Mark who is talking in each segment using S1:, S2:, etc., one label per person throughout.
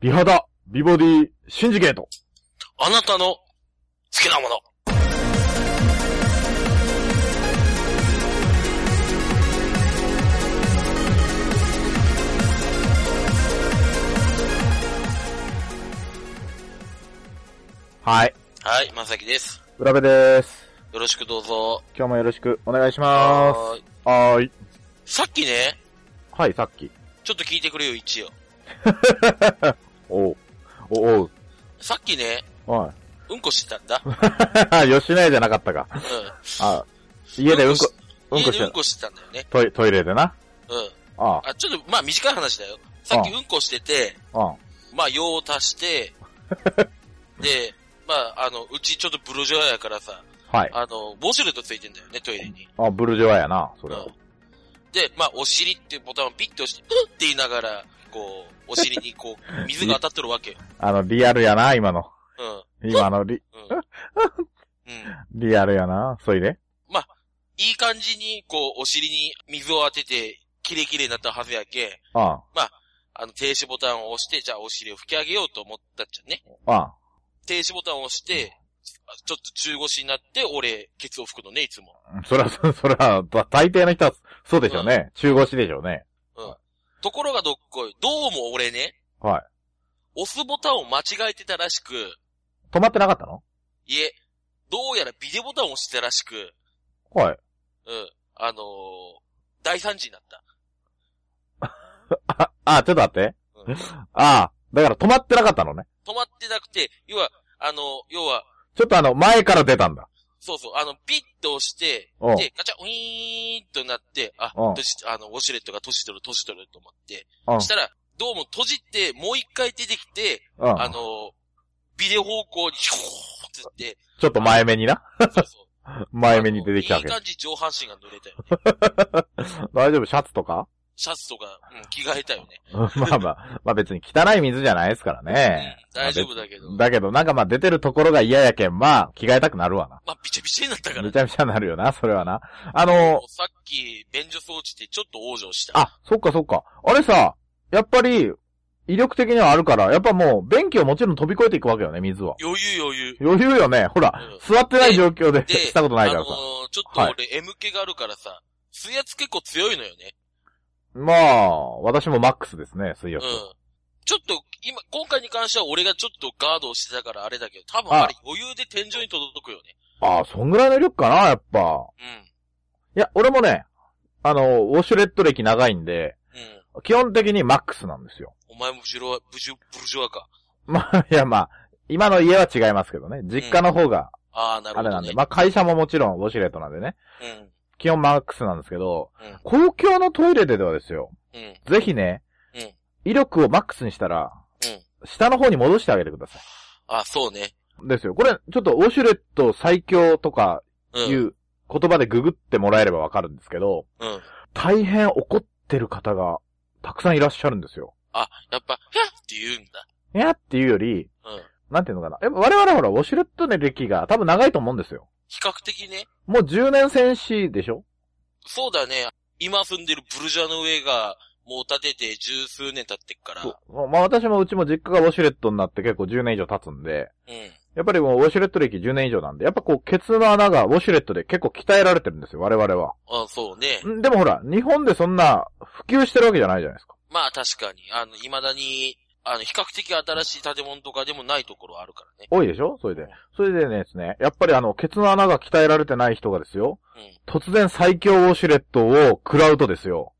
S1: 美肌、美ボディ、シンジケート。
S2: あなたの好きなもの。
S1: はい。
S2: はい、まさきです。
S1: 浦部です。
S2: よろしくどうぞ。
S1: 今日もよろしくお願いしま
S2: はーい
S1: す。はーい。
S2: さっきね、
S1: はい、さっき。
S2: ちょっと聞いてくれよ、一応。
S1: おう。おう
S2: さっきね、
S1: おう。は
S2: うんこしてたん だ。う ん。
S1: い。吉野家じゃなかったか。あ家でうんこ、うんこして
S2: 家でう
S1: た
S2: ん。こしてたんだよね。
S1: トイトイレでな。
S2: うん。
S1: あ
S2: あ、ちょっと、まあ短い話だよ。さっきうんこしてて、
S1: あ、あ
S2: まあ用を足 して、で、まああの、うちちょっとブロジョアやからさ、
S1: あ。はい。
S2: あの、ボーシュレットついてんだよね、トイレに。
S1: あ、ブルジョアやな、それは。
S2: で、まあ、お尻っていうボタンをピッて押して、うんって言いながら、こう、お尻にこ う、水が当たってるわけよ。
S1: あの、リアルやな、今の。
S2: うん。
S1: 今の リ、
S2: うん。うん。
S1: リアルやな、そいで。
S2: いい感じに、こう、お尻に水を当てて、キレキレになったはずやけ、
S1: あ
S2: あの、停止ボタンを押して、じゃあお尻を吹き上げようと思ったっちゃね。
S1: あ、あ
S2: 停止ボタンを押して、あちょっと中腰になって、俺、ケツを吹くのね、いつも。
S1: あ。そら、そ そら、だ大抵の人は、そうでしょうね。中腰でしょうね。
S2: ところがどっこい、どうも俺ね、
S1: はい。
S2: 押すボタンを間違えてたらしく、
S1: 止まってなかったの
S2: いえ、どうやらビデボタンを押してたらしく、
S1: はい。
S2: うん、あのー大惨事になった。
S1: あ、あ、ちょっと待って。
S2: うん
S1: ああ、だから止まってなかったのね。
S2: 止まってなくて、要は、あのー要は、
S1: ちょっとあの、前から出たんだ。
S2: そうそう、あの、ピッと押して、
S1: うん
S2: で、ガチャ、ウィーンとなって、あ、
S1: うん
S2: 閉じあの、ウォシュレットが閉じとる、閉じとると思って、
S1: うん
S2: したら、どうも閉じて、もう一回出てきて、
S1: うん。
S2: あの、ビデオ方向に、ヒョーって って、
S1: ちょっと前目にな。
S2: そうそう。
S1: 前目に出てきたわ
S2: いい
S1: け。
S2: 感じ上半身が濡れたよね。
S1: 大丈夫シャツとか
S2: シャツとか、うん、着替えたよね。
S1: まあまあ、まあ別に汚い水じゃないですからね。
S2: うん、大丈夫だけど。
S1: だけどなんかまあ出てるところが嫌やけん、まあ着替えたくなるわな。
S2: まあ、びちゃびちゃになったから
S1: め
S2: ね
S1: ち。ゃめちゃになるよな、それはな。あの
S2: も、うさっき、便所装置でちょっと往生した。
S1: あ、そっかそっか。あれさ、やっぱり、威力的にはあるから、やっぱもう、便器をもちろん飛び越えていくわけよね、水は。
S2: 余裕余裕。
S1: 余裕よね、ほら、
S2: う
S1: 座ってない状況で
S2: で、
S1: したことないからさ
S2: あ。のーちょっと俺、M 系があるからさ、水圧結構強いのよね。
S1: まあ、私もマックスですね、水
S2: うん
S1: 力。。
S2: ちょっと、今、今回に関しては俺がちょっとガードをしてたからあれだけど、多分
S1: あ
S2: あれ余裕で天井に届くよね。
S1: ああ、そんぐらいの威力かな、やっぱ。いや、俺もね、あの、ウォシュレット歴長いんで、
S2: うん。うん。
S1: 基本的にマックスなんですよ。
S2: お前もブジュロア、ブジュ、ブルジョアか。
S1: まあ、いや、まあ、今の家は違いますけどね。実家の方が、
S2: ああ、なる
S1: あ
S2: ほ
S1: れな
S2: ど
S1: んで、
S2: ね。
S1: まあ会社ももちろんウォシュレットなんでね。
S2: うん。
S1: 基本マックスなんですけど、
S2: うん
S1: 公共のトイレでではですよ、
S2: うん。
S1: ぜひね、
S2: うん
S1: 威力をマックスにしたら、
S2: うん
S1: 下の方に戻してあげてくださ
S2: あそうね。
S1: い。ですよ。これ、ちょっとウォシュレット最強とか
S2: う
S1: い
S2: ん。
S1: う言葉でググってもらえればわかるんですけど、
S2: うん。
S1: 大変怒ってる方がたくさんいらっしゃるんですよ。
S2: あ、やっぱ、ひゃっって言うんだ。
S1: いやっていうより、
S2: うん。
S1: なんていうのかな。やっぱ我々ほら、ウォシュレットの歴が多分長いと思うんですよ。
S2: 比較的ね、
S1: もう10年戦士でしょ
S2: そうだね。今住んでるブルジョアの上が、もう建てて十数年経ってっから。う
S1: そうまあ私もうちも実家がウォシュレットになって結構10年以上経つんで、
S2: ん。
S1: やっぱりもうウォシュレット歴10年以上なんで、やっぱこう、ケツの穴がウォシュレットで結構鍛えられてるんですよ、我々は。
S2: あそうね。
S1: んでもほら、日本でそんな普及してるわけじゃないじゃないですか。
S2: まあ確かに、あの、未だに、あの、比較的新しい建物とかでもないところはあるからね。
S1: 多いでしょそれで。それでねですね、やっぱりあの、ケツの穴が鍛えられてない人がですよ、突然最強ウォシュレットを食らうとですよ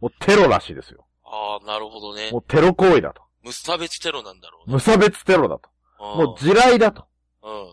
S2: う
S1: も
S2: ん、
S1: うテロらしいですよ。
S2: ああ、なるほどね
S1: も。うテロ行為だと。
S2: 無差別テロなんだろうね。
S1: 無差別テロだと。もう地雷だと。
S2: う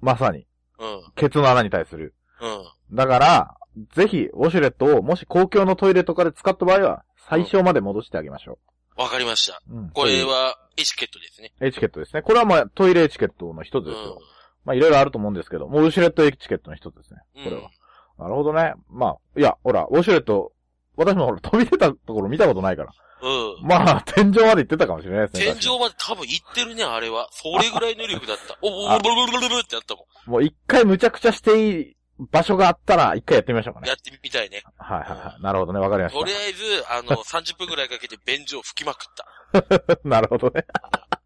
S1: まさに、
S2: ん。うん。
S1: ケツの穴に対する。
S2: うん。うん。
S1: だから、ぜひ、ウォシュレットを、もし公共のトイレとかで使った場合は、最小まで戻してあげましょ
S2: わかりました。
S1: う。うん
S2: これは、エチケットですね。
S1: エチケットですね。これはまあトイレエチケットの一つ
S2: う
S1: で
S2: ん
S1: すよ。。まあいろいろあると思うんですけど、もうウォシュレットエチケットの一つですね。これは。なるほどね。まあ、いや、ほら、ウォシュレット、私もほら、飛び出たところ見たことないから。
S2: うん。うん。
S1: まあ、天井まで行ってたかもしれないですね。
S2: 天
S1: 確か
S2: 井まで多分行ってるね、あれは。それぐらいの力だった。お、
S1: あ
S2: お、ブルブルブルブルってなったも
S1: にもう一回無茶苦茶していい場所があったら、一回やってみましょうか
S2: ん。
S1: ね。
S2: やってみたいね。
S1: はいはいはい。なるほどね、わかりまし
S2: とりあえず、あの、30分くらいかけて便所を吹きまくった。
S1: なるほどね。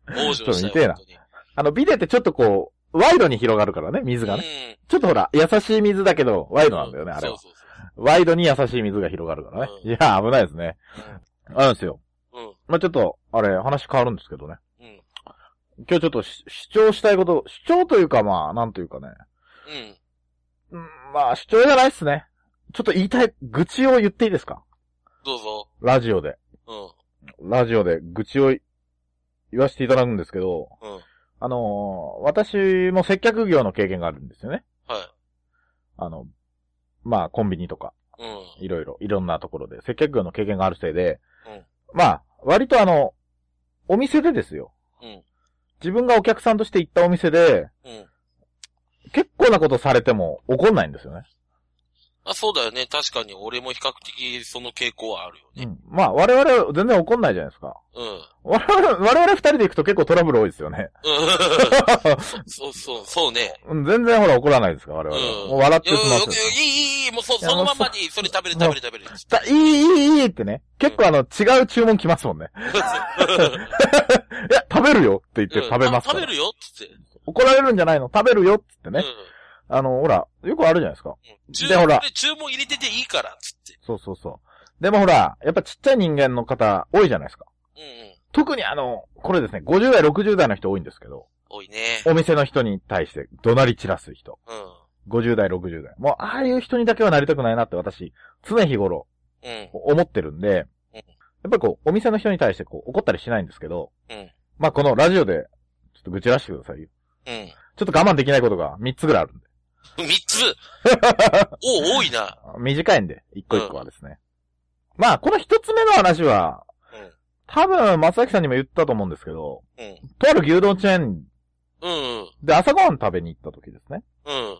S2: 往生し
S1: ちょっと見
S2: た
S1: てえ
S2: よ、
S1: な
S2: 本当に。
S1: あの、ビデってちょっとこう、ワイドに広がるからね、水がね。
S2: ね。
S1: ちょっとほら、優しい水だけど、ワイドなんだよね、あれ
S2: そ
S1: は
S2: う。そう
S1: ワイドに優しい水が広がるからね。
S2: う
S1: いや、危ないですね。あるんですよ。
S2: そう。うん。
S1: まあ、ちょっと、あれ、話変わるんですけどね。
S2: うん。
S1: 今日ちょっとし主張したいこと、主張というかまあ、なんというかね。
S2: う
S1: う
S2: ん。
S1: ん、まあ、主張じゃないっすね。ちょっと言いたい、愚痴を言っていいですか
S2: どうぞ。
S1: ラジオで。
S2: う
S1: ラジオで愚痴を言わせていただくんですけど、
S2: ん。うん。
S1: あのー私も接客業の経験があるんですよね。
S2: は
S1: あの、まあ、コンビニとか、
S2: い。うん。
S1: いろいろ、いろんなところで、接客業の経験があるせいで、
S2: うん
S1: まあ、割とあの、お店でですよ。
S2: うん
S1: 自分がお客さんとして行ったお店で、
S2: うん。
S1: 結構なことされても怒んないんですよね。
S2: あ、そうだよね。確かに、俺も比較的その傾向はあるよ
S1: う
S2: ね。
S1: ん。まあ、我々は全然怒んないじゃないですか。
S2: うん。うん。
S1: 我々、我々二人で行くと結構トラブル多いですよね。
S2: そうそう、そうね。
S1: うん全然ほら怒らないですか、我
S2: うん
S1: 々。もう笑って
S2: いや
S1: 済ま
S2: い
S1: せる
S2: やいい、いい、いい、もうそ
S1: いや
S2: そのまんまでいい。それ食べる、食べる、食べる。
S1: だいい、いい、いいってね。結構あの、違う注文来ますもんね。いや、食べるよって言って食べます
S2: うん
S1: か
S2: あ食
S1: ら
S2: べるよっつって。
S1: 怒られるんじゃないの食べるよって言ってね。
S2: う
S1: あの、ほら、よくあるじゃないですか。
S2: んうん。注
S1: でほら
S2: 文、注文入れてていいから、つって。
S1: そうそうそう。でもほら、やっぱちっちゃい人間の方多いじゃないですか。
S2: うんうん。
S1: 特にあの、これですね、50代、60代の人多いんですけど、
S2: 多いね。
S1: お店の人に対して怒鳴り散らす人。
S2: うん。
S1: 50代、60代。もう、ああいう人にだけはなりたくないなって私、常日頃、
S2: うん。
S1: 思ってるんで、
S2: うん
S1: やっぱりこう、お店の人に対してこう、怒ったりしないんですけど、
S2: うん
S1: まあこのラジオで、ちょっと愚痴らしてくださいよ。
S2: うん。
S1: ちょっと我慢できないことが3つぐらいあるんで。
S2: 三つお、多いな。
S1: 短いんで、1個1個はですね。まあ、この1つ目の話は、
S2: うん
S1: 多分、松崎さんにも言ったと思うんですけど、
S2: うん。
S1: とある牛丼チェーン
S2: うん。
S1: で朝ごはん食べに行った時ですね。
S2: うん。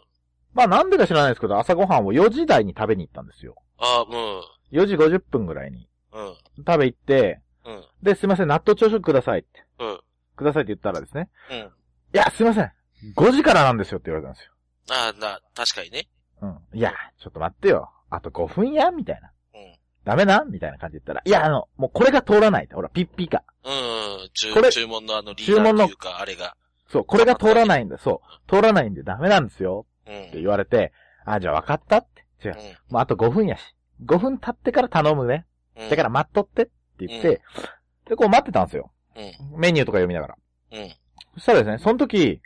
S1: まあなんでか知らないですけど、朝ごはんを4時台に食べに行ったんですよ。
S2: あ、うん。
S1: 4時50分ぐらいに
S2: うん。
S1: 食べ行って、
S2: うん。
S1: で、すいません、納豆朝食くださいって。
S2: うん。
S1: くださいって言ったらですね、
S2: うん。
S1: いや、すいません。5時からなんですよって言われたんですよ。
S2: あな、確かにね。
S1: うん。いや、ちょっと待ってよ。あと5分やみたいな。
S2: うん。
S1: ダメなみたいな感じで言ったら。いや、あの、もうこれが通らないって。ほら、ピッピか。
S2: うん。注
S1: これ
S2: 注文のあのリーダーというか、あれが。
S1: そう、これが通らないんだ。そう。通らないんでダメなんですよ。
S2: う
S1: って
S2: ん。
S1: 言われて、あ、じゃあ分かったって。違う。もうあと5分やし。5分経ってから頼むね。
S2: うん。
S1: だから待っとってって言って、で、こう待ってたんですよ。
S2: う
S1: メニューとか読みながら。
S2: うん。うん。
S1: そしたらですね、その時、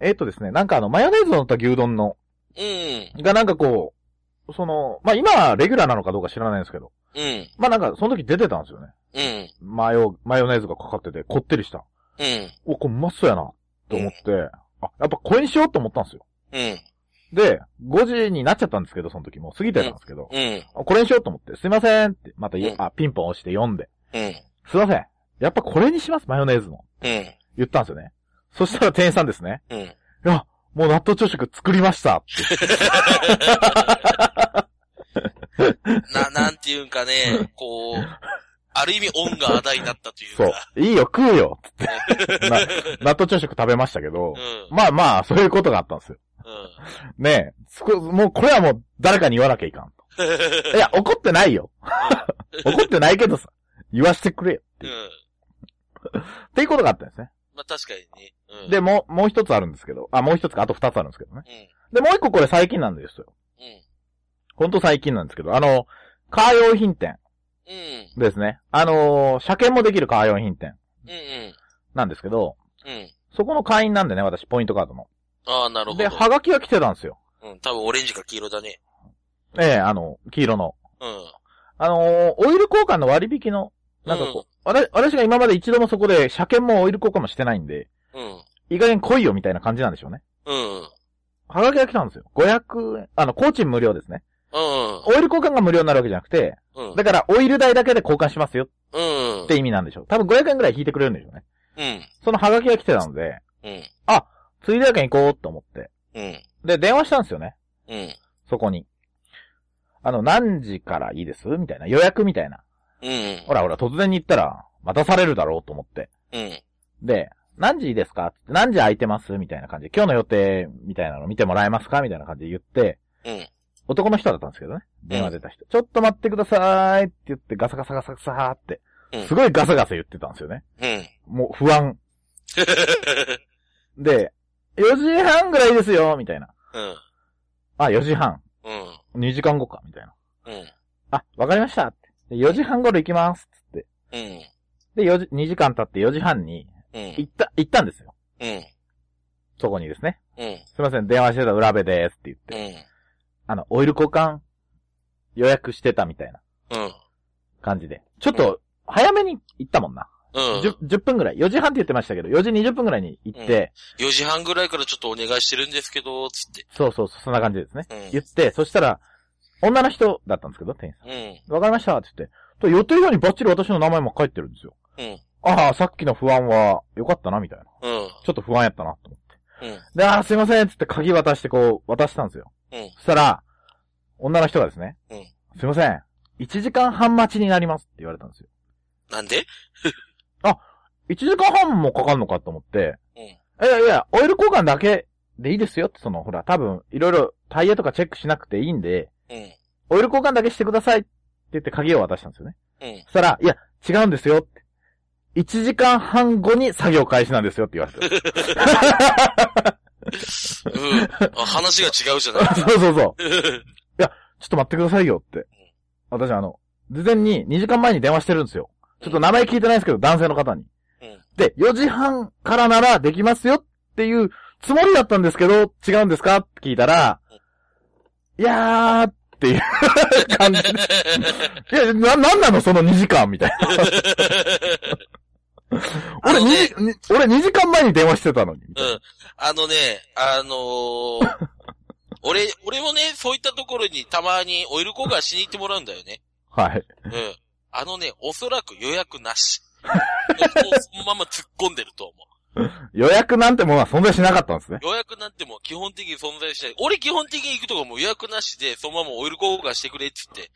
S1: えっ、とですね、なんかあの、マヨネーズの乗った牛丼の、
S2: うん。
S1: がなんかこう、その、まあ、今はレギュラーなのかどうか知らないんですけど、
S2: うん。
S1: まあなんか、その時出てたんですよね。
S2: うん。
S1: マヨ、マヨネーズがかかってて、こってりした。
S2: うん。
S1: お、これうまそうやな、と思って、あ、やっぱこれにしようと思ったんですよ。
S2: うん。
S1: で、5時になっちゃったんですけど、その時もう過ぎてたんですけど、
S2: うん。
S1: あこれにしようと思って、すいませんって、またよ
S2: う、ん
S1: あ、ピンポン押して読んで、
S2: うん。
S1: すいません。やっぱこれにします、マヨネーズの。
S2: うん。
S1: 言ったんですよね。そしたら店員さんですね。
S2: うん。
S1: いや、もう納豆朝食作りましたって。
S2: な、なんていうんかね、こう、ある意味恩があだになったという
S1: そう
S2: か。。
S1: いいよ、食うよつって。な納豆朝食食べましたけど
S2: う、ん。
S1: まあまあ、そういうことがあったんですよ。
S2: う
S1: ねえ、そこもうこれはもう誰かに言わなきゃいかんと。
S2: ん。
S1: いや、怒ってないよ。怒ってないけどさ、言わしてくれよ。
S2: うん。
S1: っていうことがあったんですね。
S2: まあ確かにね。うん。
S1: で、もう、もう一つあるんですけど、あ、もう一つか、あと二つあるんですけどね。
S2: うん。
S1: で、もう一個これ最近なんですよ。
S2: うん。
S1: ほんと最近なんですけど、あの、カー用品店
S2: うん。
S1: ですね。あのー車検もできるカー用品店
S2: うん。うん。
S1: なんですけど、
S2: うん。
S1: そこの会員なんでね、私、ポイントカードの。
S2: ああ、なるほ
S1: で、
S2: ど。
S1: ハガキが来てたんですよ。
S2: うん。多分オレンジか黄色だね。
S1: ええあの、黄色の。
S2: うん。
S1: あのーオイル交換の割引の、なんかこう、
S2: うん
S1: 私、私が今まで一度もそこで車検もオイル交換もしてないんで、
S2: うん。
S1: いい加減来いよみたいな感じなんでしょうね。
S2: うん。
S1: はがきが来たんですよ。500円、あの、工賃無料ですね。
S2: うん。
S1: オイル交換が無料になるわけじゃなくて、
S2: うん。
S1: だからオイル代だけで交換しますよ
S2: うん
S1: っ。て意味なんでしょう。多分500円くらい引いてくれるんでしょうね。
S2: うん。
S1: そのはがきが来てたので、
S2: うん。
S1: ついでやけん行こうと思って。
S2: うん。
S1: で、電話したんですよね。
S2: うん。
S1: そこに。あの、何時からいいですみたいな。予約みたいな。
S2: うん。
S1: ほらほら、突然に行ったら、待たされるだろうと思って。
S2: うん。
S1: で、何時ですか何時空いてますみたいな感じで、今日の予定みたいなの見てもらえますかみたいな感じで言って、
S2: うん。
S1: 男の人だったんですけどね。電話出た人。ちょっと待ってくださーいって言ってガサガサガサガサーって
S2: うん
S1: すごいガサガサ言ってたんですよね。
S2: うん。
S1: もう不安。で、4時半ぐらいですよ、みたいな。
S2: うん。
S1: あ、4時半。
S2: うん。
S1: 2時間後か、みたいな。
S2: うん。
S1: あ、わかりました。ってで4時半頃行きます。つって。
S2: うん。
S1: で、4時、2時間経って4時半に、
S2: うん。
S1: 行った、行ったんですよ。
S2: うん。
S1: そこにですね。
S2: うん。
S1: すいません、電話してた裏部ですって言って。
S2: うん。
S1: あの、オイル交換予約してたみたいな
S2: うん。
S1: 感じで。ちょっと、早めに行ったもんな。
S2: うん。
S1: 10, 10分ぐらい。4時半って言ってましたけど、4時20分ぐらいに行って、
S2: 4時半ぐらいからちょっとお願いしてるんですけど、つって。
S1: そうそうそう、そんな感じですね。
S2: うん
S1: 言って、そしたら、女の人だったんですけど、店員さ
S2: うん。
S1: ん。わかりましたって言って、と予定以外にバッチリ私の名前も書いてるんですよ。
S2: うん。
S1: ああ、さっきの不安は良かったな、みたいな。
S2: うん。
S1: ちょっと不安やったな、と思って。
S2: うん。
S1: で、ああ、すいません、つって鍵渡してこう、渡したんですよ。
S2: うん。
S1: そしたら、女の人がですね、
S2: うん
S1: すいません、1時間半待ちになりますって言われたんですよ。
S2: なんで
S1: 1時間半もかかんのかと思って、
S2: うん
S1: いやいや、オイル交換だけでいいですよって、その、ほら、多分、いろいろタイヤとかチェックしなくていいんで、
S2: うん。
S1: オイル交換だけしてくださいって言って鍵を渡したんですよね。
S2: うん。
S1: そしたら、いや、違うんですよって。1時間半後に作業開始なんですよって言われて。
S2: うん。あ話が違うじゃない。
S1: そうそうそう。ちょっと待ってくださいよって。私あの、事前に2時間前に電話してるんですよ。ちょっと名前聞いてないですけど、男性の方に。
S2: うん
S1: で、4時半からならできますよっていうつもりだったんですけど、違うんですかって聞いたら、いやーっていう感 じで。いや、な、なんなのその2時間みたいな。
S2: あ
S1: 俺
S2: の
S1: 2
S2: ね
S1: 時、に俺2時間前に電話してたのに。みた
S2: う。
S1: いなん
S2: あのね、あのー、俺、俺もね、そういったところにたまにオイル交換しに行ってもらうんだよね。
S1: はい。
S2: うん。あのね、おそらく予約なし。もうそのまま突っ込んでると思う。
S1: 予約なんてものは存在しなかったんですね。
S2: 予約なんてもう基本的に存在しない。俺基本的に行くとかもう予約なしで、そのままオイル交換してくれって言って。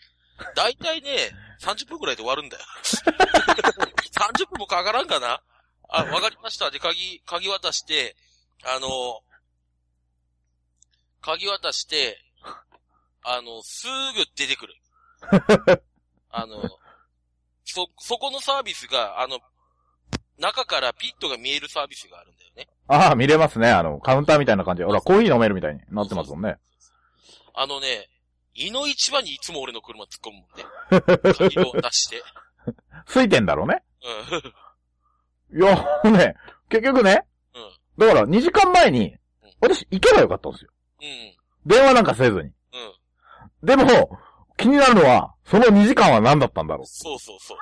S2: だいたいね、30分くらいで終わるんだよ。30分もかからんかなあ、わかりました。で、鍵、鍵渡して、あの、鍵渡して、あの、すぐ出てくる。 あの、そ、そこのサービスが、あの、中からピットが見えるサービスがあるんだよね。
S1: ああ、見れますね。あの、カウンターみたいな感じで。ほら、コーヒー飲めるみたいになってますもんね。
S2: あのね、井の市場にいつも俺の車突っ込むもんね。鍵を出して。
S1: ついてんだろうね。
S2: うん。
S1: いや、 ね、結局ね、だから2時間前に
S2: うん、
S1: 私行けばよかったんですよ。
S2: うん。
S1: 電話なんかせずに。
S2: うん。
S1: でも、気になるのは、その2時間は何だったんだろ
S2: そうそうそう。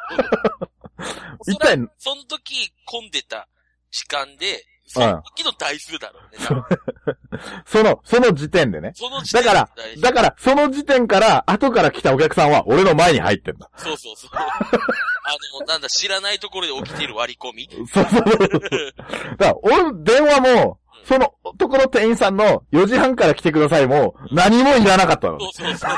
S1: う。一体、
S2: その時混んでた時間で、その時の台数だろうね。多分
S1: その、その時点でね。
S2: その時
S1: だ
S2: 点
S1: から
S2: 台数、
S1: だから、その時点から、後から来たお客さんは、俺の前に入ってんだ。
S2: そうそうそう。あの、なんだ、知らないところで起きてる割り込み。
S1: そうそうそうそう。だから、俺、電話も、その、ところ店員さんの、4時半から来てくださいも、何もいらなかったの。
S2: そうそうそう。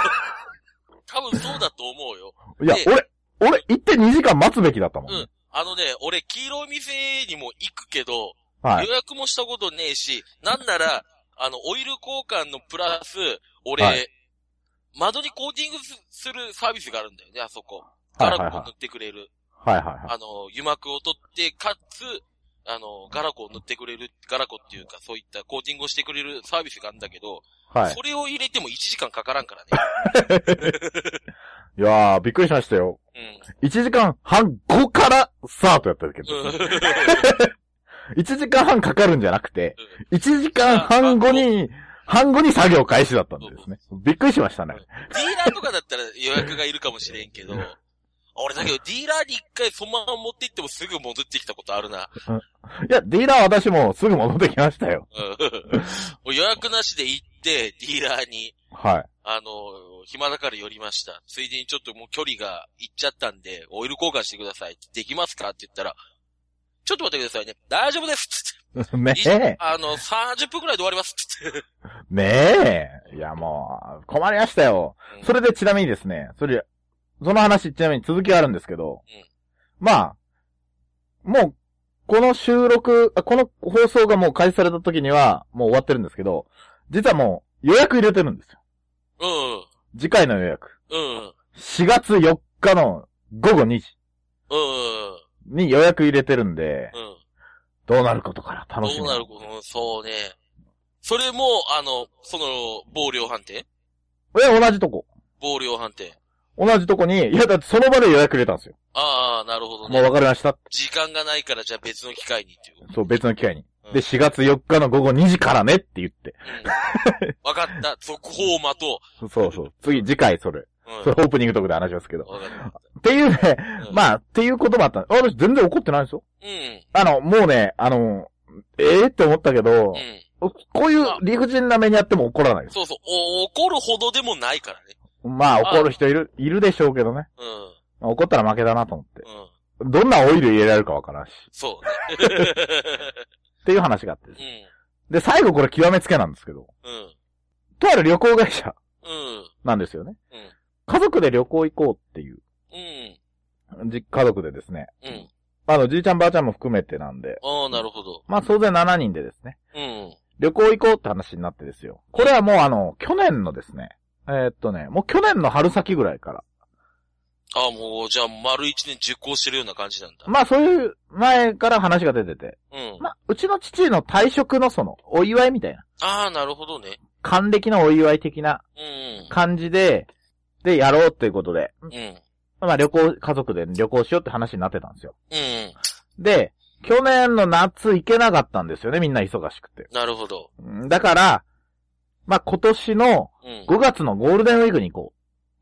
S2: 多分そうだと思うよ。
S1: いや
S2: で、
S1: 俺、俺、行って2時間待つべきだったもん。
S2: うんあのね、俺、黄色い店にも行くけど、
S1: はい。
S2: 予約もしたことねえし、なん なら、あの、オイル交換のプラス、俺、
S1: はい
S2: 窓にコーティングすするサービスがあるんだよね、あそこ。
S1: は
S2: ガ
S1: いはい
S2: ラコを
S1: は
S2: 塗ってくれる。
S1: い。はいはいはい。
S2: あの、油膜を取って、かつ、あの、ガラコを塗ってくれる、ガラコっていうか、そういったコーティングをしてくれるサービスがあるんだけど、
S1: はい。
S2: それを入れても1時間かからんから
S1: いやー、びっくりしましたよ。
S2: ね。
S1: 1時間半後からスタートやったけ
S2: う
S1: ど、
S2: ん。うん。
S1: 1時間半かかるんじゃなくて、1時間半後に、半後に作業開始だったんですね。びっくりしましたね。
S2: ディーラーとかだったら予約がいるかもしれんけど、俺だけどディーラーに一回そのまま持って行ってもすぐ戻ってきたことあるな。
S1: いや、ディーラーは私もすぐ戻ってきましたよ。
S2: うん予約なしで行って、ディーラーに、
S1: はい。
S2: あの、暇だから寄りました。ついでにちょっともう距離が行っちゃったんで、オイル交換してください。できますかって言ったら、ちょっと待ってくださいね。大丈夫ですつ
S1: ね
S2: って
S1: え。
S2: あの、30分くらいで終わります つって
S1: ねえ。いや、もう、困りましたよ。それでちなみにですね、それ、その話ちなみに続きはあるんですけど、
S2: うん
S1: まあ、もう、この収録、あこの放送がもう開始された時には、もう終わってるんですけど、実はもう予約入れてるんですよ。
S2: うん。
S1: 次回の予約。
S2: うん。うん。
S1: 4月4日の午後2時。
S2: うん
S1: に予約入れてるんで、
S2: うん。うん。
S1: どうなることから楽し
S2: ど
S1: み。
S2: うなることそうね。それも、あの、その、暴量判定
S1: え、同じとこ。
S2: 暴量判定。
S1: 同じとこに、いや、だってその場で予約入れたんですよ。
S2: ああ、なるほど
S1: もう
S2: ね。
S1: わかりました。
S2: 時間がないから、じゃあ別の機会にっていう。
S1: そう、別の機会に。
S2: うん
S1: で、4月4日の午後2時からねって言って。
S2: うん。わかった。続報を待と
S1: そう そう。次、次回それ。
S2: う。うん。
S1: それオープニングトークで話しますけど。
S2: わかった。
S1: っていうね、
S2: うん
S1: まあ、っていうこともあった。私全然怒ってないんですよ。
S2: うん。
S1: あの、もうね、あの、ええって思ったけど
S2: う、ん。
S1: こういう理不尽な目にあっても怒らないです。
S2: そうそう。お怒るほどでもないからね。
S1: まあ、怒る人いる、いるでしょうけどね。
S2: うん。
S1: まあ怒ったら負けだなと思って。
S2: うん。
S1: どんなオイル入れられるかわからんし。
S2: そうね。
S1: っていう話があってです。で、最後これ極めつけなんですけど、
S2: うん。うん。
S1: とある旅行会社
S2: うん。
S1: なんですよね。
S2: うん
S1: 家族で旅行行こうっていう、
S2: うん。
S1: じ家族でですね。
S2: うん。
S1: あの、じいちゃんばあちゃんも含めてなんで、
S2: ああ、なるほど。
S1: まあ、総勢7人でですね。
S2: うん。
S1: 旅行行こうって話になってですよ。これはもうあの、去年のですね、えーっとね、もう去年の春先ぐらいから。
S2: ああ、もう、じゃあ、丸一年熟考してるような感じなんだ。
S1: まあそういう前から話が出てて。
S2: うん。
S1: まあ、うちの父の退職のその、お祝いみたいな。
S2: ああ、なるほどね。
S1: 還暦のお祝い的な
S2: うん。
S1: 感じで、で、やろうっていうことで。
S2: うん。
S1: まあ旅行、家族で旅行しようって話になってたんですよ。
S2: うん。
S1: で、去年の夏行けなかったんですよね、みんな忙しくて。
S2: なるほど。
S1: うんだから、まあ今年の
S2: うん。
S1: 5月のゴールデンウィークに行こ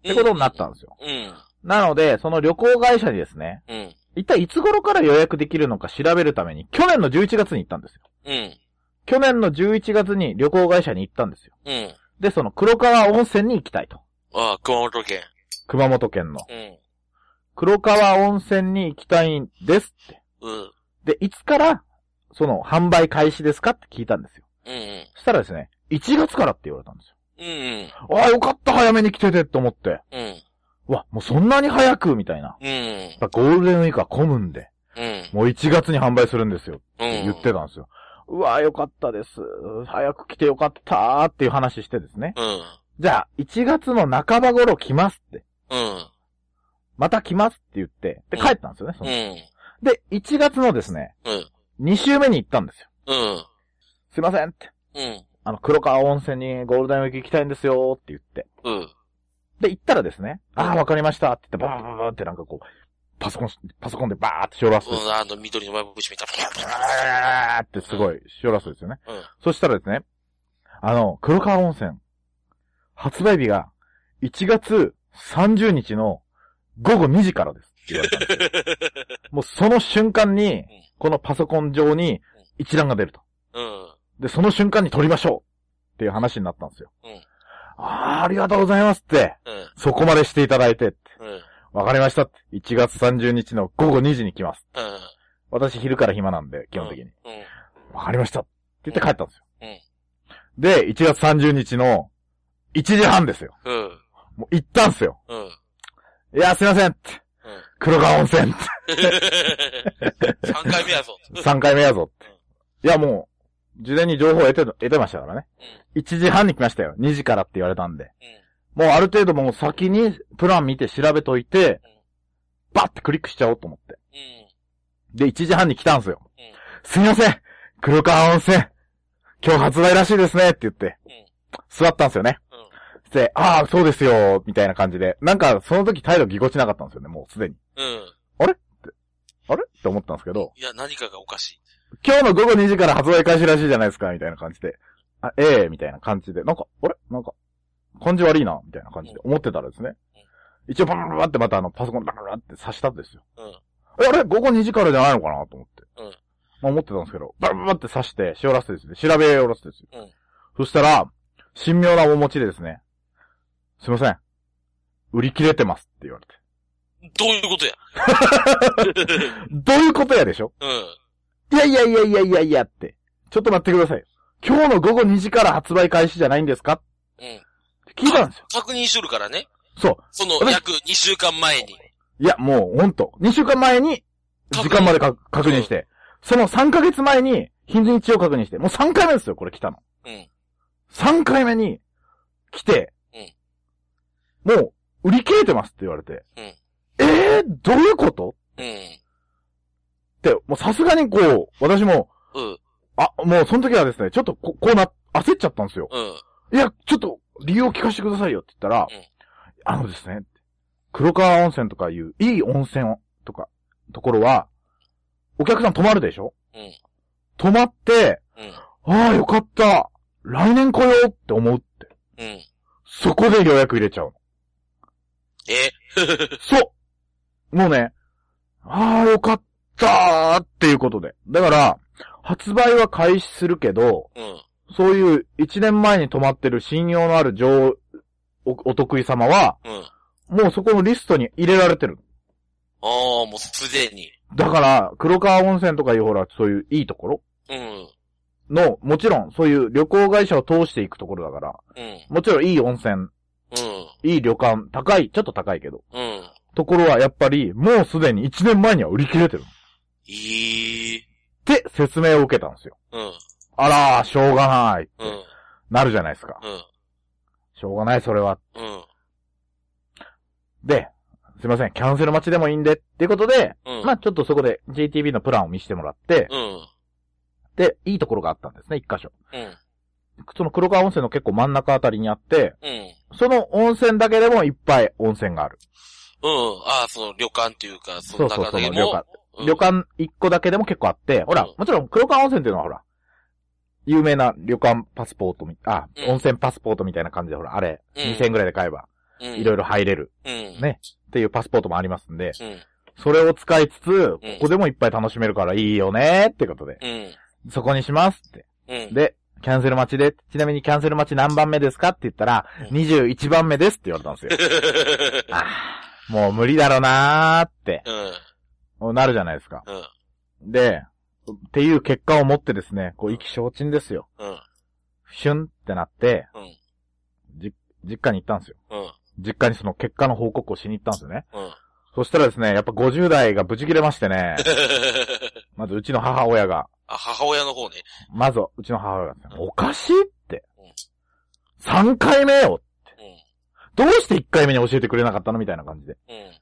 S1: うってことになったんですよ。
S2: うん。
S1: なので、その旅行会社にですね、
S2: うん。
S1: 一体いつ頃から予約できるのか調べるために、去年の11月に行ったんですよ。
S2: うん。
S1: 去年の11月に旅行会社に行ったんですよ。
S2: うん。
S1: で、その黒川温泉に行きたいと。
S2: ああ、熊本県。
S1: 熊本県の。
S2: うん。
S1: 黒川温泉に行きたいんですって。
S2: うん。
S1: で、いつから、その、販売開始ですかって聞いたんですよ。
S2: うん。
S1: そしたらですね、1月からって言われたんですよ。
S2: うん。
S1: ああ、よかった、早めに来ててって思って。
S2: うん。
S1: うわ、もうそんなに早くみたいな。
S2: うん。
S1: やっぱゴールデンウィークは混むんで、
S2: うん。
S1: もう1月に販売するんですよ。って
S2: うん。
S1: 言ってたんですよ。うわよかったです。早く来てよかったーっていう話してですね。
S2: うん。
S1: じゃあ、1月の半ば頃来ますって。
S2: うん。
S1: また来ますって言って、で、帰ったんですよね。その
S2: うん。
S1: で、1月のですね、
S2: うん。
S1: 2週目に行ったんですよ。
S2: うん。
S1: すいませんって。
S2: うん。
S1: あの、黒川温泉にゴールデンウィーク行きたいんですよーって言って。
S2: うん。
S1: で、行ったらですね、ああ、わかりましたって言って、バーバーバーってなんかこう、パソコン、パソコンでバーってしおらす。
S2: うん、あの、緑のバイブチみたい
S1: あーってすごい、しおらすですよね。
S2: うん
S1: そしたらですね、あの、黒川温泉、発売日が1月30日の午後2時からですって言われたんで すよ。もうその瞬間に、このパソコン上に一覧が出ると。
S2: な。うん。
S1: で、その瞬間に撮りましょうっていう話になったんですよ。
S2: うん
S1: あー、ありがとうございますって、
S2: うん。
S1: そこまでしていただいてって、
S2: うん。
S1: わかりましたって、1月30日の午後2時に来ます。
S2: うん。
S1: 私昼から暇なんで、基本的に。
S2: うん。
S1: わかりました。って言って帰ったんですよ。
S2: うんうん
S1: で、1月30日の1時半ですよ。
S2: うん。
S1: もう行ったんですよ。
S2: うん。
S1: いや、すいませんって。
S2: うん
S1: 黒川温泉っ
S2: 3回目やぞ。
S1: て。3回目やぞって。いや、もう、事前に情報を得て、得てましたからね。1時半に来ましたよ。2時からって言われたんで。もうある程度もう先にプラン見て調べといて
S2: うん、
S1: バッてクリックしちゃおうと思って。
S2: うん。うん。
S1: で、1時半に来たんですよ
S2: うん。
S1: すいません黒川温泉今日発売らしいですねって言って
S2: うん、
S1: 座ったんですよね。
S2: うん。
S1: で、ああ、そうですよ、みたいな感じで。なんか、その時態度ぎこちなかったんですよね、もうすでに。
S2: うん。
S1: あれって思ったんですけど、
S2: いや、何かがおかしい。
S1: 今日の午後2時から発売開始らしいじゃないですか、みたいな感じで。あ、ええみたいな感じで。なんか、あれなんか、感じ悪いな、みたいな感じで思ってたらですね。一応、バラバラバラってまたあの、パソコンバラバラって刺したんですよ。
S2: うん
S1: え、あれ午後2時からじゃないのかなと思って。
S2: うん
S1: まあ思ってたんですけど、バラバラって刺して、しおらせてですね、調べおらせてですよ。
S2: うん
S1: そしたら、神妙なお持ちでですね、すいません。売り切れてますって言われて。
S2: どういうことや
S1: どういうことやでしょ
S2: うん。
S1: いやいやいやいやいやいやって。ちょっと待ってください。今日の午後2時から発売開始じゃないんですか
S2: うん。
S1: 聞いたんですよ。
S2: 確認しとるからね。
S1: そ
S2: その、約2週間前に。
S1: う。いや、もうほんと。2週間前に、時間までか確認して。その3ヶ月前に、日にちを確認して。もう3回目ですよ、これ来たの。
S2: うん。
S1: 3回目に、来て。もう、売り切れてますって言われて。
S2: うん
S1: えー、どういうこと
S2: うん。
S1: で、もうさすがにこう、私も、
S2: うん。
S1: あ、もうその時はですね、ちょっとここうな、焦っちゃったんですよ。
S2: うん。
S1: いや、ちょっと理由を聞かせてくださいよって言ったら、
S2: うん
S1: あのですね、黒川温泉とかいういい温泉とか、ところは、お客さん泊まるでしょ
S2: うん
S1: 泊まって、
S2: うん。
S1: ああ、よかった。来年来ようって思うって。
S2: うん。
S1: そこで予約入れちゃうの。
S2: え
S1: そうもうね、ああ、よかったーっていうことで。だから、発売は開始するけど、
S2: うん。
S1: そういう1年前に泊まってる信用のある上、おお得意様は、
S2: うん。
S1: もうそこのリストに入れられてる。
S2: ああ、もうすでに。
S1: だから、黒川温泉とかいうほら、そういういいところ
S2: うん。
S1: の、もちろん、そういう旅行会社を通していくところだから、
S2: うん。
S1: もちろんいい温泉、
S2: うん。
S1: いい旅館、高い、ちょっと高いけど、
S2: うん。
S1: ところはやっぱり、もうすでに1年前には売り切れてる。っ
S2: いい。
S1: て説明を受けたんですよ。
S2: うん。
S1: あらー、しょうがない。
S2: うん。
S1: なるじゃないですか。
S2: うん。
S1: しょうがない、それは。
S2: うん。
S1: で、すいません、キャンセル待ちでもいいんで、っていうことで、
S2: うん。
S1: まあちょっとそこで JTB のプランを見せてもらって、
S2: うん。
S1: で、いいところがあったんですね、一箇所。
S2: うん。
S1: その黒川温泉の結構真ん中あたりにあって、
S2: うん。
S1: その温泉だけでもいっぱい温泉がある。
S2: うん。ああ、その旅館っていうか、そ
S1: そ
S2: の
S1: うそう
S2: 中
S1: そう、
S2: で
S1: 旅
S2: も。
S1: 館。
S2: うん
S1: 旅。館一個だけでも結構あって、ほら
S2: うん、
S1: もちろん黒川温泉っていうのはほら、有名な旅館パスポートみ、あ
S2: う、ん
S1: 温泉パスポートみたいな感じで、ほら、あれ、
S2: うん
S1: 2000円ぐらいで買えば、
S2: うん。
S1: いろいろ入れる
S2: うん。
S1: ねっていうパスポートもありますんで、
S2: うん。
S1: それを使いつつ、ここでもいっぱい楽しめるからいいよねってことで、
S2: うん。
S1: そこにしますって。
S2: うん。
S1: で、キャンセル待ちで、ちなみにキャンセル待ち何番目ですかって言ったら、
S2: うん
S1: 21番目ですって言われたんですよ。あーもう無理だろうなーって、
S2: うん。
S1: なるじゃないですか。
S2: うん。
S1: で、っていう結果を持ってですね、こう意気消沈ですよ。
S2: うん。
S1: シュンってなって、
S2: うん
S1: じ、実家に行ったんですよ。
S2: うん。
S1: 実家にその結果の報告をしに行ったんですよね。
S2: うん。
S1: そしたらですね、やっぱ50代がブチ切れましてね、 まずうちの母親が、
S2: あ、母親の方ね。
S1: まずうちの母親がですね、
S2: うん
S1: おかしいって
S2: うん。
S1: 3回目よ
S2: う
S1: どうして1回目に教えてくれなかったのみたいな感じで。
S2: ん。うん。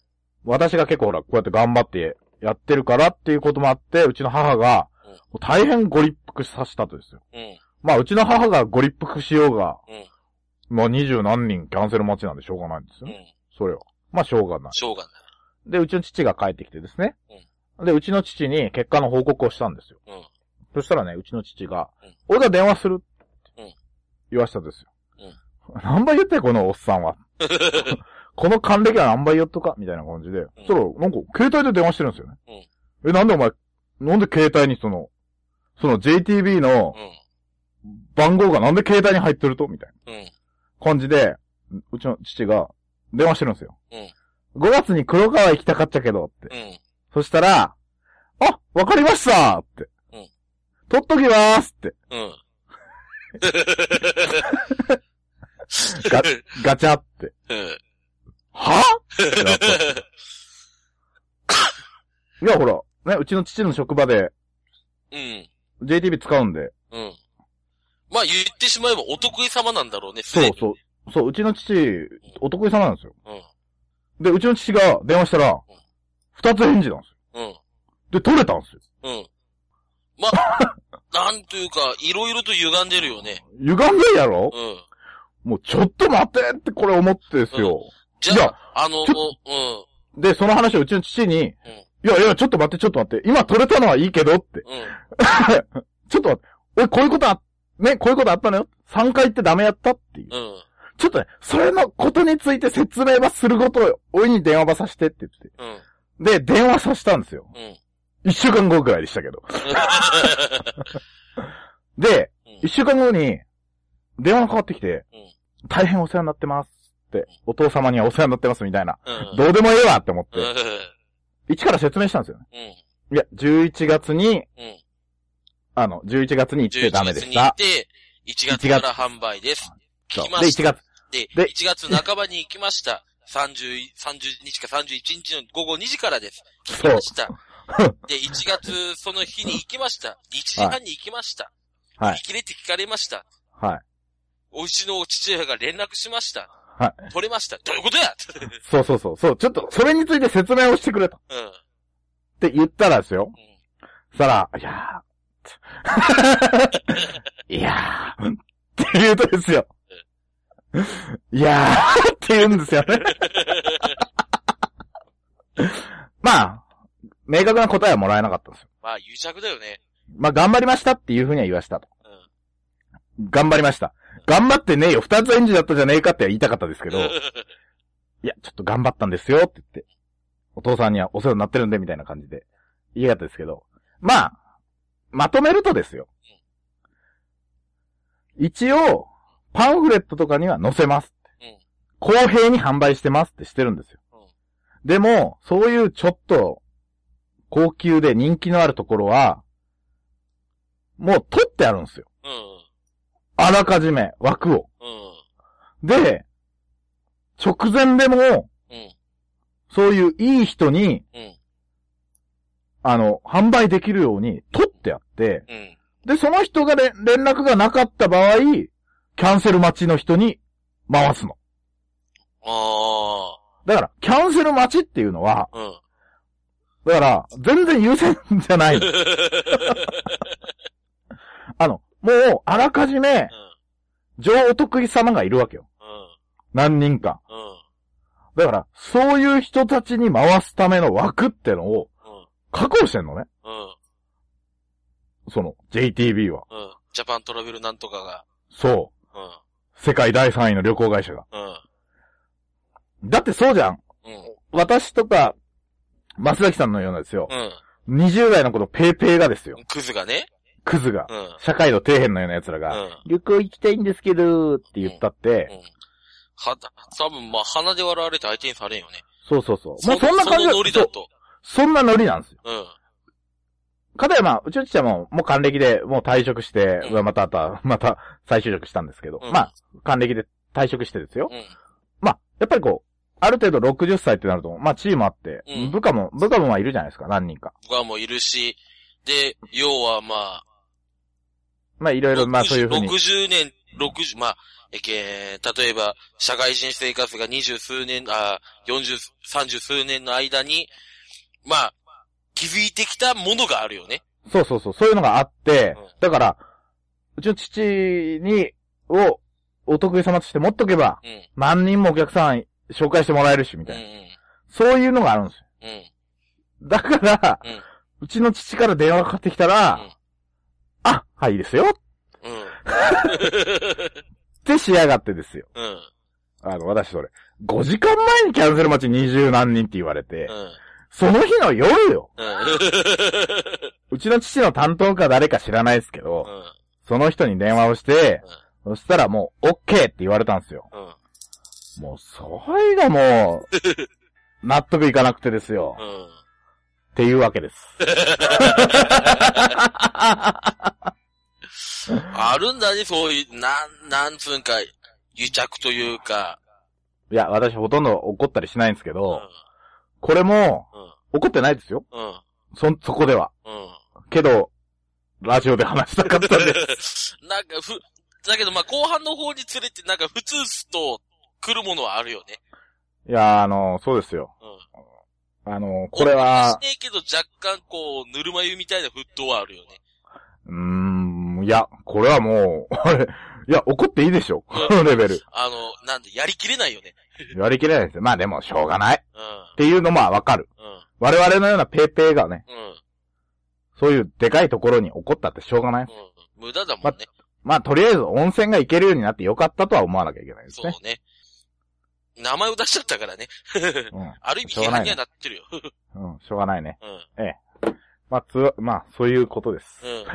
S1: 私が結構ほら、こうやって頑張ってやってるからっていうこともあって、うちの母が
S2: うん、
S1: もう大変ご立腹させたとですよ。
S2: うん。
S1: まあ、うちの母がご立腹しようが、まあ、二十何人キャンセル待ちなんでしょうがないんです
S2: う
S1: よ
S2: ん。う
S1: ね。
S2: ん。
S1: それは。まあ、しょうがない。
S2: しょうがない。
S1: で、うちの父が帰ってきてですね。で、うちの父に結果の報告をしたんですよ。
S2: うん
S1: そしたらね、うちの父が、俺が電話する。
S2: うん
S1: 言わしたんですよ。何倍言ったよ、このおっさんは。
S2: う
S1: この還暦は何倍言っとかみたいな感じで。そしたら、なんか、携帯で電話してるんですよね。え、なんでお前、なんで携帯にその、その JTB の
S2: ん。
S1: 番号がなんで携帯に入ってるとみたいな。
S2: うん。
S1: 感じで、うちの父が電話してるんですよ。
S2: うん
S1: 5月に黒川行きたかっちゃけどって。
S2: うん。
S1: そしたら、あ、わかりましたって。
S2: うん
S1: 取っときまーすって。
S2: うん。
S1: ガチャって。
S2: うん。
S1: はって なったいや、ほら、ね、うちの父の職場で
S2: うん。
S1: JTB 使うんで。
S2: うん。まあ言ってしまえばお得意様なんだろうね、
S1: そうそう。そう、うちの父、お得意様なんですよ。
S2: うん。
S1: で、うちの父が電話したら
S2: うん、
S1: 二つ返事なんですよ。
S2: うん。
S1: で、取れたんですよ。
S2: うん。まあ、 なんというか、いろいろと歪んでるよね。
S1: 歪んでるやろ
S2: うん。
S1: もうちょっと待ってってこれ思ってですよ。
S2: じゃ
S1: いや
S2: あ、あの、う
S1: ち
S2: ん。
S1: で、その話をうちの父に、いやいや、ちょっと待って、ちょっと待って、今取れたのはいいけどって。
S2: うん。
S1: ちょっと待って、俺こういうことあ、ね、こういうことあったのよ。3回ってダメやったっていう。
S2: うん。
S1: ちょっとね、それのことについて説明ばすることを、俺に電話ばさしてって
S2: うん。
S1: 言って。で、電話させたんですよ。
S2: うん。
S1: 1週間後くらいでしたけど。で、1週間後に、電話がかかってきて、大変お世話になってますって、お父様にはお世話になってますみたいな。
S2: うん。
S1: どうでもええわって思っ
S2: う
S1: て、
S2: ん。
S1: 一から説明したんですよね。
S2: うん。
S1: いや、11月に、
S2: うん。
S1: あの、11月に行って
S2: 11
S1: ダメで
S2: 月
S1: し。
S2: に行ったて、1月から販売です。
S1: そう
S2: 行きま
S1: で、
S2: し
S1: 1
S2: た
S1: 月。
S2: で、
S1: で
S2: 1月半ばに行きました。30、30日か31日の午後2時からです。行き
S1: そう
S2: ま。した。で、1月その日に行きました。1時半に行きました。
S1: はい
S2: 売り切れて聞かれました。
S1: はい。
S2: おうちの父親が連絡しました。
S1: は
S2: 取れました。どういうことや
S1: そうそうそう。そう、ちょっと、それについて説明をしてくれと。
S2: うん。
S1: って言ったらですよ。
S2: うん
S1: そしたら、いや ー、いやー、って言うとですよ。いやー、って言うんです よね。まあ、明確な答えはもらえなかったんですよ。
S2: まあ、癒着だよね。
S1: まあ、頑張りましたっていうふうには言わしたと。
S2: うん。
S1: 頑張りました。頑張ってねえよ。二つ返事だったじゃねえかって言いたかったですけ ど、いや、ちょっと頑張ったんですよって言って、お父さんにはお世話になってるんで、みたいな感じで、言い方ですけど、まあ、まとめるとですよ。一応、パンフレットとかには載せます
S2: うん。
S1: 公平に販売してますってしてるんですよ。でも、そういうちょっと、高級で人気のあるところは、もう取ってあるんですよ。
S2: うん。
S1: あらかじめ、枠を。
S2: うん。
S1: で、直前でも、
S2: うん。
S1: そういういい人に、
S2: うん
S1: あの、販売できるように取ってあって、
S2: うん。
S1: で、その人がれ連絡がなかった場合、キャンセル待ちの人に回すの。
S2: あ
S1: だから、キャンセル待ちっていうのは、
S2: あ。うん。
S1: だから、全然優先じゃ ない。あの、もう、あらかじめ、上お得意様がいるわけよ。
S2: う
S1: 何人か。
S2: ん。うん。
S1: だから、そういう人たちに回すための枠ってのを
S2: うん。
S1: 確保してんのね。
S2: うん。
S1: その、JTB は。
S2: うん。ジャパントラベルなんとかが。
S1: そうう。世界第3位の旅行会社が。
S2: ん。うん。
S1: だってそうじゃん。
S2: うん。
S1: 私とか、松崎さんのようなですよ。
S2: う
S1: 20代の子のペーペーがですよ。
S2: ん。クズがね。
S1: クズが。
S2: うん。うん。
S1: 社会の底辺のような奴らが、旅行行きたいんですけど、って言ったって、
S2: うん。は、多分まあ鼻で笑われて相手にされんよね。
S1: そうそうそう。もうそんな感じ
S2: そのノリだ
S1: そう
S2: と。
S1: そんなノリなんですよ。
S2: うん。
S1: かたやまあ、うちの父はもう、もう還暦で、もう退職して、
S2: うん
S1: うわまたあた、また再就職したんですけど、
S2: うん
S1: まあ、還暦で退職してですよ。
S2: うん。
S1: まあ、やっぱりこう、ある程度60歳ってなると、まあ、チームあって、
S2: うん
S1: 部下も、部下もまあいるじゃないですか、何人か。
S2: 僕はもういるし、で、要はまあ、
S1: まあ、いろいろ、まあ、そういうふうに。
S2: 60年、60、まあ、えけー例えば、社会人生活が20数年、あ40、30数年の間に、まあ、気づいてきたものがあるよね。
S1: そうそうそう、そういうのがあって
S2: うん、
S1: だから、うちの父に、を、お得意様として持っとけば、
S2: うん。
S1: 何人もお客さん紹介してもらえるし、み
S2: う
S1: た
S2: ん
S1: いな。そういうのがあるんですよ。
S2: うん。うん。
S1: だから
S2: うん、
S1: うちの父から電話がかかってきた
S2: うん
S1: ら、あ、はい、いいですよっ
S2: うん。
S1: て仕上がってですよ。
S2: うん。
S1: あの、私それ、5時間前にキャンセル待ち20何人って言われて
S2: う、ん。
S1: その日の夜よ。
S2: うん。
S1: うちの父の担当か誰か知らないですけど、その人に電話をして、そしたらもう、OK って言われたんですよ。
S2: うん。
S1: もう、それがもう、納得いかなくてですよ。
S2: うん。
S1: っていうわけ です。
S2: あるんだね、そういう、なん、なんつうんか、癒着というか。
S1: いや、私ほとんど怒ったりしないんですけ
S2: う
S1: ど、
S2: ん。
S1: これも、
S2: うん。
S1: 怒ってないですよ。
S2: うん。
S1: そ、そこでは。
S2: うん。
S1: けど、ラジオで話したかったんで。
S2: なんか、ふ、だけどまあ後半の方に連れて、なんか普通すと来るものはあるよね。
S1: いや、あの、そうですよ。
S2: うん。
S1: あの、これは
S2: し、ねえけど若干こう、ぬるま湯みたいな沸騰はあるよね。
S1: うーん、いや、これはもう、 あれ、いや、怒っていいでしょ。このレベル。
S2: あの、なんで、やりきれないよね。
S1: やりきれないですよ。まあでも、しょうがない。
S2: う
S1: っていうのもわかる。
S2: ん。うん。
S1: 我々のようなペーペーがね、
S2: うん。
S1: そういうでかいところに怒ったってしょうがない。
S2: うん。無駄だもんね。
S1: まあ、とりあえず温泉が行けるようになってよかったとは思わなきゃいけないです
S2: そう
S1: ね。
S2: ね。名前を出しちゃったからね。 ある意味
S1: しょう
S2: 批
S1: がない
S2: 判にはなってるよ。
S1: うん。うん、しょうがないね。
S2: うん。
S1: まあ、つ、まあ、そういうことです。
S2: うん。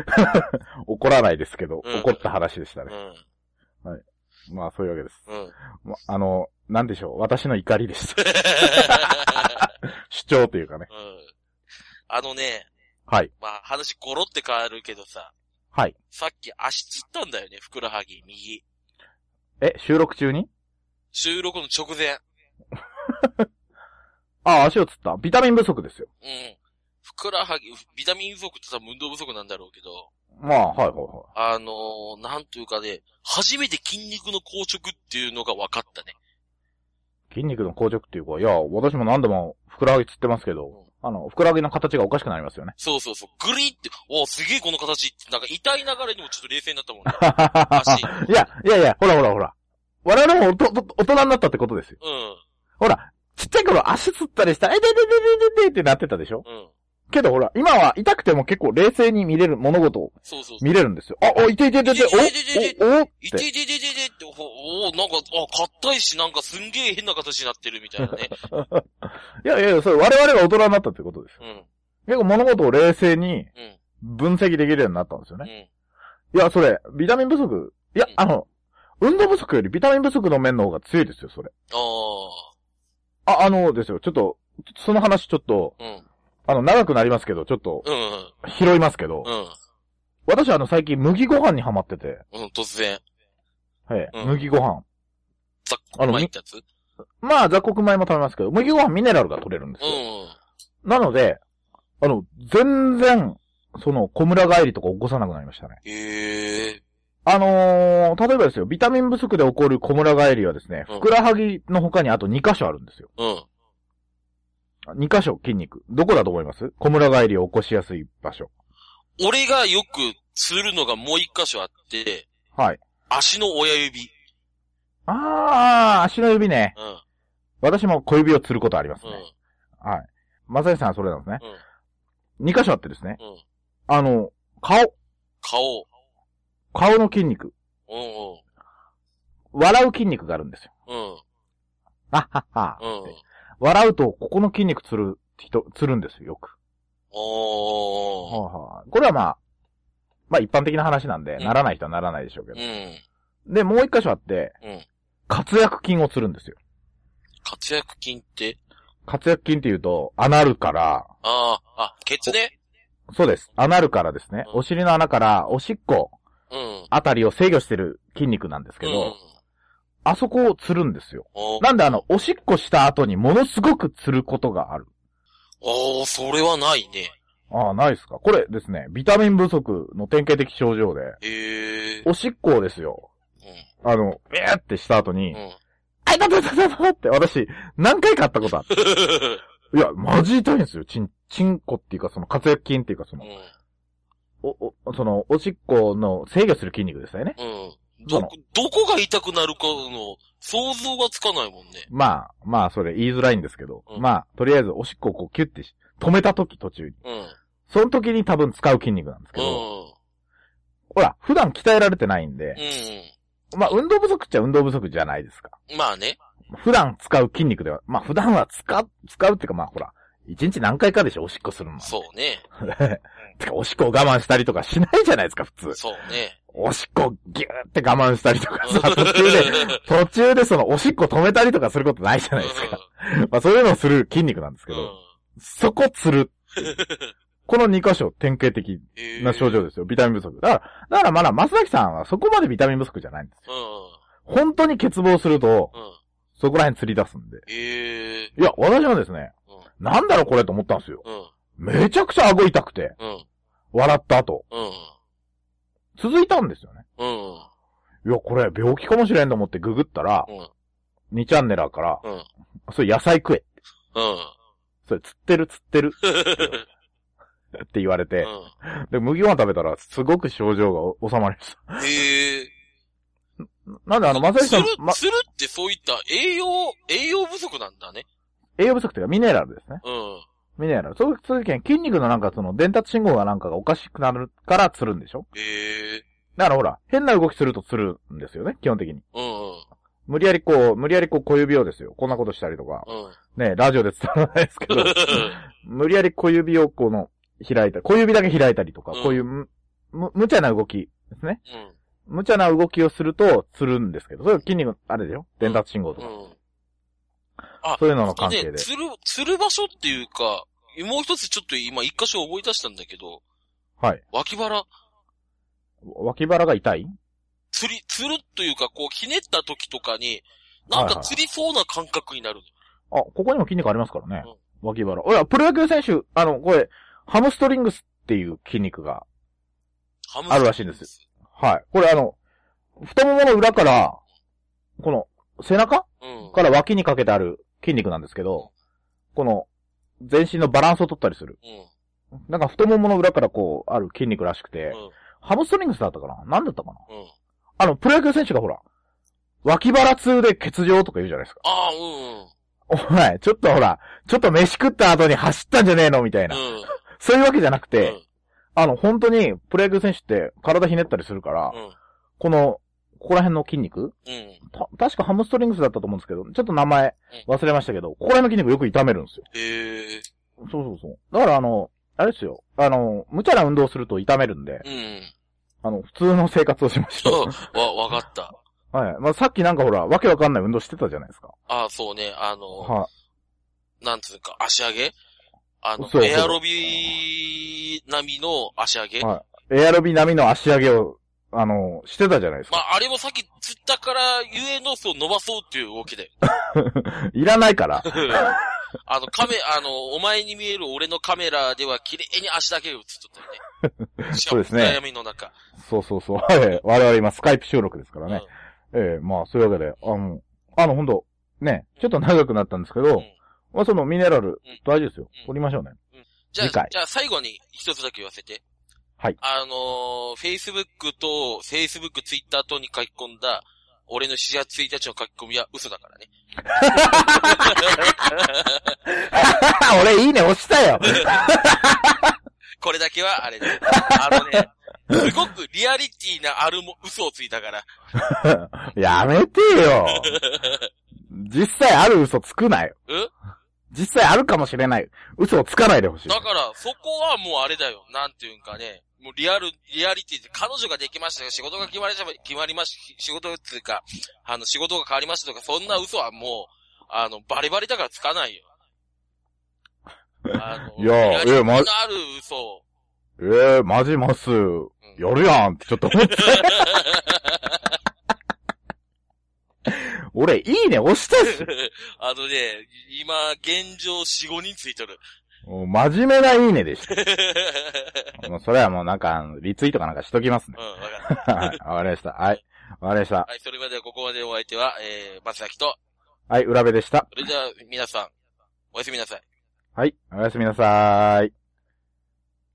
S1: 怒らないですけど、
S2: うん
S1: 怒った話でした
S2: う
S1: ね。
S2: ん。
S1: まあ、そういうわけです。
S2: うん。
S1: まああの、なんでしょう。私の怒りでした。主張というかね。
S2: うん。あのね、
S1: はい。
S2: まあ話ゴロって変わるけどさ。
S1: はい。
S2: さっき足つったんだよね、ふくらはぎ、右。
S1: え、収録中に
S2: 収録の直前。
S1: あ、足をつった。ビタミン不足ですよ。
S2: うん。ふくらはぎ、ビタミン不足って多分運動不足なんだろうけど、
S1: まあ、はいはいは
S2: あのー、なんというかね、初めて筋肉の硬直っていうのが分かったね。
S1: い。筋肉の硬直っていうか、いや、私も何度もふくらはぎつってますけど、あの、ふくらはぎの形がおかしくなりますよね。
S2: そうそうそう。グリって、おすげえこの形って、なんか痛いながらにもちょっと冷静になったもんね。足
S1: いや、いやいや、ほらほらほら。我々もおとと大人になったってことですよ。
S2: う
S1: ほら、ちっちゃい頃足つったりしたら、えででででででってなってたでしょ
S2: ん、うん。
S1: けどほら、今は痛くても結構冷静に見れる、物事を
S2: そうそうそう。
S1: 見れるんですよ。あ、お、痛い痛い痛い痛い、お、お、お、って
S2: いていていていていてって、おおなんか、あ、硬いし、なんかすんげえ変な形になってるみたいな ね。
S1: いやいやいや、それ我々が大人になったってことですよ。
S2: うん、
S1: 結構物事を冷静に
S2: うん、
S1: 分析できるようになったんですよ
S2: う
S1: ね。
S2: ん。
S1: いや、それ、ビタミン不足、いや
S2: うん、
S1: あの、運動不足よりビタミン不足の面の方が強いですよ、それ。
S2: ああ
S1: あ、あのですよ、ちょっと、その話ちょっと、
S2: ー、うん、
S1: あの、長くなりますけど、ちょっと、
S2: うん、
S1: 拾いますけど、
S2: うん、
S1: 私あの、最近麦ご飯にハマってて、
S2: うん、突然。
S1: はい、
S2: うん
S1: 麦ご飯。
S2: ざっ
S1: あ
S2: く
S1: の
S2: まいったやつうん。
S1: まあ、雑穀米も食べますけど、麦ご飯ミネラルが取れるんですよ。なので、あの、全然、その、小村帰りとか起こさなくなりましたね。
S2: へえ。
S1: あのー、例えばですよ、ビタミン不足で起こる小村返りはですね、
S2: うん
S1: ふくらはぎの他にあと2箇所あるんですよ。
S2: うん。
S1: 2箇所筋肉。どこだと思います小村返りを起こしやすい場所。
S2: 俺がよくするのがもう一箇所あって、
S1: はい。
S2: 足の親指。
S1: あー、足の指ね。
S2: うん、うん、
S1: 私も小指をつることありますね。はい。まさにさんはそれなんですね。2箇所あってですね、
S2: うん。
S1: あの、顔、
S2: 顔。
S1: 顔の筋肉、
S2: うん、うん
S1: 笑う筋肉があるんですよ。
S2: うん、
S1: あはは。
S2: うん。
S1: 笑うと、ここの筋肉つる、人、つるんですよ、よく。
S2: おー。
S1: はいはいこれはまあ、まあ一般的な話なんで、
S2: うん
S1: ならない人はならないでしょうけど
S2: う。ん。
S1: で、もう一箇所あって、
S2: うん
S1: 活躍筋をするんですよ。
S2: 活躍筋って、
S1: 活躍筋っていうと、穴あるから、
S2: ああ、あ、ケツね。
S1: そうです。穴あるからですね、
S2: うん
S1: お尻の穴からおしっこ
S2: うん。
S1: あたりを制御してる筋肉なんですけど、
S2: うん、
S1: あそこをつるんですよ。
S2: おー
S1: なんであの、おしっこした後にものすごくつることがある。
S2: おー、それはないね。
S1: ああ、ないですか。これですね、ビタミン不足の典型的症状で、
S2: へえ。
S1: おしっこをですよ、あの、えーってした後
S2: う
S1: に
S2: ん。、うん。
S1: あいたたたたたって私、何回かあったことあって。いや、マジ痛いんですよ。チン、チンコっていうか、その活躍筋っていうか、その、お、お、その、おしっこの制御する筋肉ですよね。
S2: うん。うん。どこ、どこが痛くなるかの想像がつかないもんね。
S1: まあ、まあ、それ言いづらいんですけど、
S2: うん
S1: まあ、とりあえずおしっこをこうキュッてし止めた時途中に。
S2: うん。
S1: その時に多分使う筋肉なんですけ
S2: う
S1: ど、
S2: ん。
S1: ほら、普段鍛えられてないんで、
S2: う
S1: まあ、運動不足っちゃ運動不足じゃないですか。
S2: ん。まあね。
S1: 普段使う筋肉では、まあ、普段は使う、使うっていうか、まあ、ほら、一日何回かでしょ、おしっこするのは。
S2: そうね。
S1: てか、おしっこを我慢したりとかしないじゃないですか、普通。
S2: そうね。
S1: おしっこをギューって我慢したりとかさ、途中で、途中でそのおしっこ止めたりとかすることないじゃないですか。まあそういうのをする筋肉なんですけ
S2: う
S1: ど、
S2: ん。
S1: そこつる。この2箇所典型的
S2: へー
S1: な症状ですよ。ビタミン不足。だから、だからまだ松崎さんはそこまでビタミン不足じゃないんですよ。
S2: う
S1: 本当に欠乏すると、
S2: ん。うん。
S1: そこら辺釣り出すんで。
S2: へえ。
S1: いや、私はですね、
S2: う
S1: なんだろうこれと思ったんですよ。
S2: ん。うん。
S1: めちゃくちゃ顎痛くて、
S2: うん。
S1: 笑った後。
S2: うん。
S1: 続いたんですよね。
S2: うん。
S1: いや、これ病気かもしれんと思ってググったら、
S2: うん。
S1: 2チャンネルから、
S2: うん
S1: それ野菜食え。
S2: うん。
S1: それ釣ってる釣ってるって言われて、で、麦ご飯食べたら、すごく症状が収まりました。
S2: うん。へえ。
S1: なんで、あの、まさ
S2: す
S1: さ
S2: る
S1: ん、ま、、
S2: するってそういった栄養、栄養不足なんだね。
S1: 栄養不足というか、ミネラルですね。
S2: うん。
S1: ミネラル。そういう時に筋肉のなんか、その、伝達信号がなんかがおかしくなるからつるんでしょ
S2: へえ。
S1: だからほら、変な動きするとつるんですよね、基本的に。
S2: うん。
S1: 無理やりこう、無理やりこう、小指をですよ。こんなことしたりとか、
S2: うん。うん。
S1: ね、ラジオで伝わらないですけど、無理やり小指をこの、開いた、小指だけ開いたりとか、
S2: うん
S1: こういうむ、む、無茶な動きですね。
S2: うん。
S1: 無茶な動きをすると、つるんですけど、それは筋肉、あれでしょ伝達信号とか。
S2: うん。
S1: そういうのの関係
S2: ね
S1: で。
S2: つる、つる場所っていうか、もう一つちょっと今一箇所思い出したんだけど、
S1: はい。
S2: 脇腹、
S1: 脇腹が痛い
S2: つり、つるというか、こう、ひねった時とかに、なんかつりそうな感覚になる。
S1: あ、ここにも筋肉ありますからね。脇腹。ほら、プロ野球選手、あの、これ、ハムストリングスっていう筋肉が、
S2: ハム
S1: あるらしいんですよ。はい。これあの、太ももの裏から、この、背中
S2: うん。
S1: から脇にかけてある筋肉なんですけど、この、全身のバランスを取ったりする。
S2: うん。
S1: なんか太ももの裏からこう、ある筋肉らしくて、
S2: うん。
S1: ハムストリングスだったかななんだったかな
S2: うん。
S1: あの、プロ野球選手がほら、脇腹痛で欠場とか言うじゃないですか。
S2: ああ、うん。
S1: お前、ちょっとほら、ちょっと飯食った後に走ったんじゃねえのみたいな。
S2: うん。
S1: そういうわけじゃなくて、
S2: うん
S1: あの、本当に、プロ野球選手って体ひねったりするから、
S2: うん。
S1: この、ここら辺の筋肉
S2: うん。
S1: た確かハムストリングスだったと思うんですけど、ちょっと名前忘れましたけど、ここら辺の筋肉よく痛めるんですよ。
S2: へえ。
S1: そうそうそう。だからあの、あれですよ。あの、無茶な運動すると痛めるんで、
S2: うん。
S1: あの、普通の生活をしましょ
S2: そう、わ、わかった。
S1: う。はい。まあ、さっきなんかほら、わけわかんない運動してたじゃないですか。
S2: ああ、そうね、あの、
S1: は
S2: なんつうか、足上げあの
S1: そう、そう
S2: エアロビ並みの足上げ、
S1: はいい。エアロビ並みの足上げを、あの、してたじゃないです
S2: ま
S1: か。
S2: あ、あれもさっき釣ったから、ゆえの、そう、伸ばそうっていう動 きで。
S1: いらないから。
S2: あの、カメ、あの、お前に見える俺のカメラでは、綺麗に足だけが映っとった よね。
S1: そうですね
S2: しかも暗闇の中。
S1: そうそう そう。はい。我々今、スカイプ収録ですから
S2: う
S1: ね。
S2: ん
S1: ええまあ、そういうわけで、あの、あの、ほんと、ね、ちょっと長くなったんですけど、
S2: うん
S1: まあ、そのミネラル、大事ですよ
S2: う。ん
S1: 取りましょうね。
S2: じゃあ、
S1: 次回
S2: じゃあ最後に一つだけ言わせて。
S1: はい。
S2: あのー、Facebook と、Facebook、Twitter とに書き込んだ、俺の4月1日の書き込みは嘘だからね。
S1: 俺、いいね、押した よ
S2: これだけは、あれだ。 あのね、すごくリアリティなあるも嘘をついたから。
S1: やめて よ実際ある嘘つくなよ。
S2: え
S1: 実際あるかもしれない。嘘をつかないでほしい。
S2: だから、そこはもうあれだよ。なんていうんかね。もうリアル、リアリティで、彼女ができましたよ。仕事が決まりました、決まりました、仕事っていうか、あの、仕事が変わりましたとか、そんな嘘はもう、あの、バリバリだからつかないよ。あの、
S1: いや
S2: リアリティ
S1: えま
S2: のある嘘を。
S1: ええマジます。
S2: うん
S1: やるやんってちょっと思って。 俺、いいね、押した し。
S2: あのね、今、現状4、5人ついてる。
S1: もう真面目ないいねでした。もうそれはもうなんか、リツイートかなんかしときますね
S2: う。ん、わかった。
S1: はい。わかりました。はい。わかりました。
S2: はい、それまでここまでお相手は、えー、松崎と、
S1: はい、浦部でした。
S2: それでは皆さん、おやすみなさい。
S1: はい。おやすみなさーい。